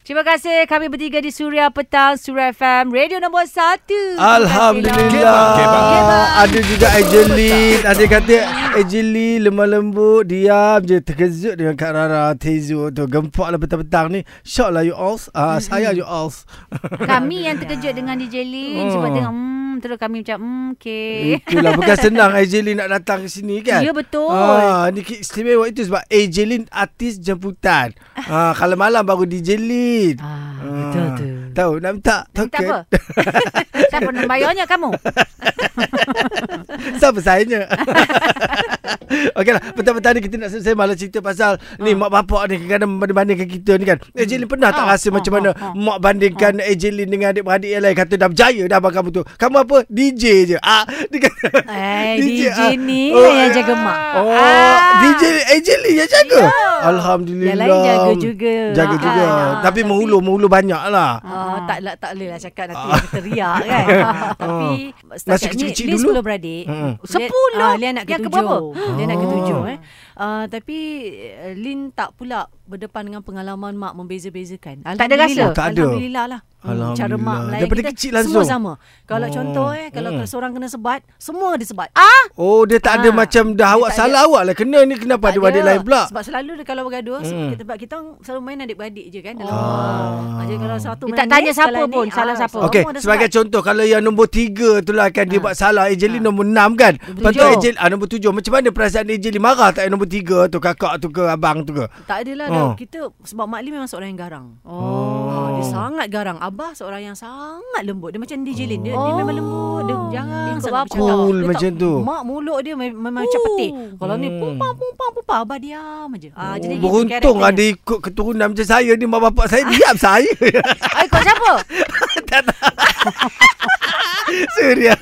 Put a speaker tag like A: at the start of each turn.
A: Terima kasih kami bertiga di Suria Petang, Suria FM, radio nombor 1.
B: Alhamdulillah.
C: Kebab.
A: Kebab.
B: Ada juga Angelin. Ada kata Angelin lemah lembut diam je terkejut dengan Kak Rara Tezu tu. Gempak lah petang-petang ni. Shock lah you all. Ah,
A: Mhm.
B: saya you all.
A: Kami yang terkejut dengan DJ Lin
B: Oh.
A: sebab tengok hmm terus kami macam hmm okey.
B: Itulah bukan senang Angelin nak datang ke sini kan.
A: Ya, betul.
B: Ah, ni ki- istimewa itu sebab Angelin artis jemputan. Ah, kalau malam baru DJ Lin.
A: Ah,
B: Ah, Tahu nak minta
A: Minta apa?
B: token.
A: Siapa nak bayarnya kamu?
B: Siapa sayanya Okey lah Petang-petang ni kita nak selesai Malah cerita pasal Ni mak bapak ni Kadang-kadang banding-bandingkan kita ni kan Ejelin pernah tak
A: Ah,
B: rasa
A: ah,
B: macam
A: ah,
B: mana
A: ah.
B: Mak bandingkan Ejelin dengan adik-beradik yang lain Kata dah berjaya dah abang kamu tu Kamu apa? DJ je ah, Dia kata
A: Eh,
B: DJ,
A: DJ,
B: ah.
A: ni
B: Oh,
A: yang
B: eh.
A: jaga mak. Ah. Ya.
B: Oh DJ Ejelin yang jaga Alhamdulillah
A: Yang lain jaga juga.
B: Jaga
A: Ah,
B: juga
A: ah,
B: Tapi mengulur-mengulur banyak lah
A: Ah, tak lah, tak boleh lah cakap nanti kita teriak kan.
D: Ah,
A: Tapi
B: Ah. Hmm. Masih
A: setakat ni,
B: kecil-kecil
A: Lin
B: dulu?
A: 10 beradik.
B: Mm-mm.
A: Lian-
D: Sepuluh?
A: ah, Lian nak
D: Yang
A: ketujuh.
D: keberapa?
A: Lian nak
B: Oh.
A: ketujuh eh.
D: Uh, tapi eh, Lin tak pula berdepan dengan pengalaman mak membeza-bezakan.
A: Tak ada rasa?
B: Oh, tak ada.
D: Alhamdulillah lah. Hmm, Cara mak
B: Alhamdulillah.
D: Melayu
B: Daripada
D: kita
B: kecil
D: Semua
B: langsung?
D: sama. Kalau
B: Oh.
D: contoh eh, kalau
B: Hmm.
D: seorang kena sebat, semua ada sebat. Ah,
B: Oh dia tak ada
D: Ah,
B: macam Dah awak
D: tak
B: salah awak lah Kena ni kenapa
D: tak
B: adik-beradik lain pula
D: Sebab selalu dia kalau bergaduh,
B: Hmm.
D: hmm. sebab kita orang selalu main adik-beradik je kan dalam
B: Ah.
D: rumah. Ah. Jadi kalau satu
A: Dia tak
D: menangis,
A: tanya siapa
D: kalau ni, ah,
A: pun, salah siapa.
D: semua
B: Okey,
D: Oh, ada
B: sebagai
D: sebat.
B: contoh kalau yang nombor tiga tu lah kan dia
D: Ha.
B: buat salah. Angelina
D: Ha.
B: nombor enam kan.
A: Nombor
B: Lepas tu
A: tujuh.
B: Angelina ah, nombor tujuh. Macam mana perasaan Angelina marah tak yang nombor tiga tu kakak tu ke abang tu ke?
D: Tak adalah
B: Oh.
D: oh. kita sebab Mak Lim memang seorang yang garang. Oh. Dia sangat garang. Abah seorang yang sangat lembut. Dia macam DJ Lin. Dia, oh. dia memang lembut. Dia jarang
A: Ikut
D: sangat
A: bapak.
D: bercakap.
B: Cool
D: Dia
B: macam
D: tak-
B: tu.
D: Mak mulut dia mem- memang macam
A: Ooh.
D: petik. Kalau ni
B: Hmm.
D: pumpang, pumpang, pumpang. Abah diam aja. Ah,
B: Oh,
D: jadi gitu
B: beruntung
D: karakternya.
B: ada ikut keturunan macam saya ni mak bapak saya diam saya.
A: Eh, Ah, ikut siapa?
B: Suria.